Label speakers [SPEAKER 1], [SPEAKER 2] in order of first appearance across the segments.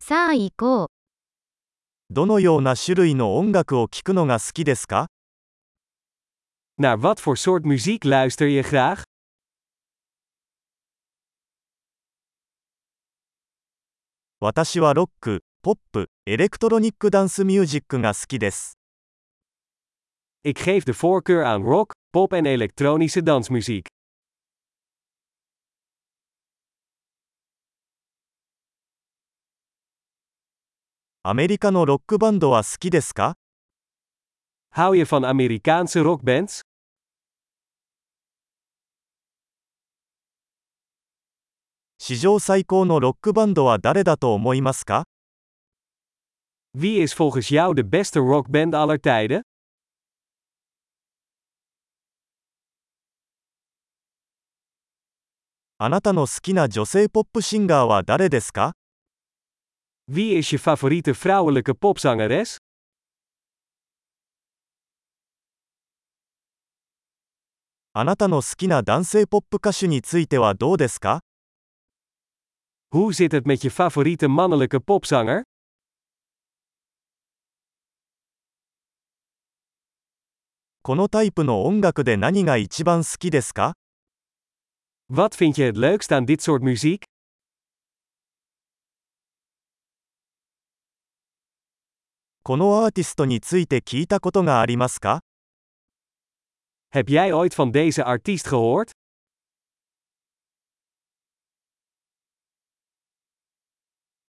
[SPEAKER 1] さあ行こう。
[SPEAKER 2] どのような種類の音楽を聴くのが好きですか
[SPEAKER 3] Naar wat voor soort muziek luister je graag?
[SPEAKER 2] 私はロック、ポップ、エレクトロニックダンスミュージックが好きです。
[SPEAKER 3] Ik geef de voorkeur aan rock, pop en elektronische dansmuziek.
[SPEAKER 2] アメリカのロックバンドは好きですか
[SPEAKER 3] Hou je van Amerikaanse rockbands?
[SPEAKER 2] 史上最高のロックバンドは誰だと思いますか
[SPEAKER 3] Wie is volgens jou de beste rockband aller tijden?
[SPEAKER 2] あなたの好きな女性ポップシンガーは誰ですか
[SPEAKER 3] Wie is je favoriete vrouwelijke popzangeres?
[SPEAKER 2] あなたの好きな男性ポップ歌手についてはどうですか
[SPEAKER 3] Hoe zit het met je favoriete mannelijke popzanger?
[SPEAKER 2] このタイプの音楽で何が一番好きですか
[SPEAKER 3] Wat vind je het leukst aan dit soort muziek?
[SPEAKER 2] このアーティストについて聞いたことがありますか
[SPEAKER 3] Heb jij ooit van deze artiest gehoord?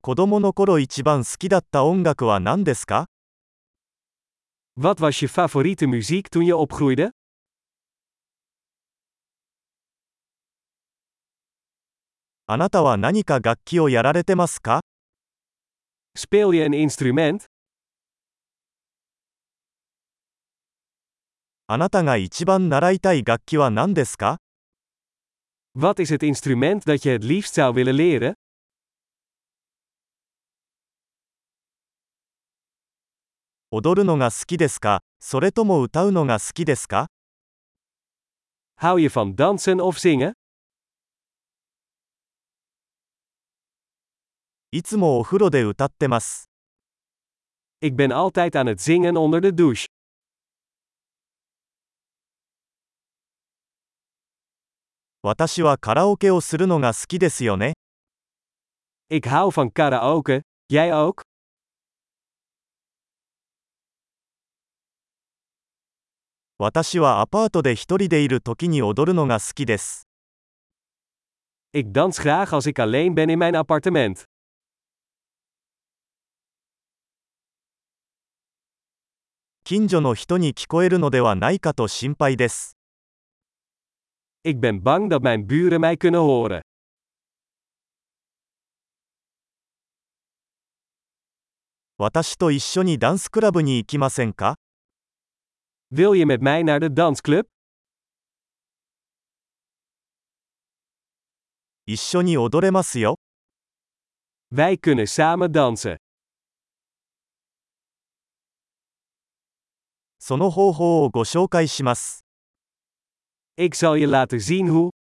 [SPEAKER 2] 子供の頃一番好きだった音楽は何ですか
[SPEAKER 3] Wat was je favoriete muziek toen je opgroeide?
[SPEAKER 2] あなたは何か楽器をやられてますか
[SPEAKER 3] Speel je een instrument?
[SPEAKER 2] あなたが一番習いたい楽器は何ですか
[SPEAKER 3] Wat is het instrument dat je het liefst zou willen leren?
[SPEAKER 2] 踊るのが好きですかそれとも歌うのが好きですか
[SPEAKER 3] Hou je van dansen of zingen?
[SPEAKER 2] いつもお風呂で歌ってます。
[SPEAKER 3] Ik ben altijd aan het zingen onder de douche.
[SPEAKER 2] 私はカラオケをするのが好きですよね。
[SPEAKER 3] Ik hou van karaoke, jij ook?
[SPEAKER 2] 私はアパートで一人でいる時に踊るのが好きです。
[SPEAKER 3] Ik dans graag als ik alleen ben in mijn appartement.
[SPEAKER 2] 近所の人に聞こえるのではないかと心配です。
[SPEAKER 3] Ik ben bang dat mijn buren mij kunnen horen.
[SPEAKER 2] 私と一緒にダンスクラブに行きませんか
[SPEAKER 3] Wil je met mij naar de dansclub?
[SPEAKER 2] 一緒に踊れますよ。
[SPEAKER 3] Wij kunnen samen dansen.
[SPEAKER 2] その方法をご紹介します。
[SPEAKER 3] Ik zal je laten zien hoe.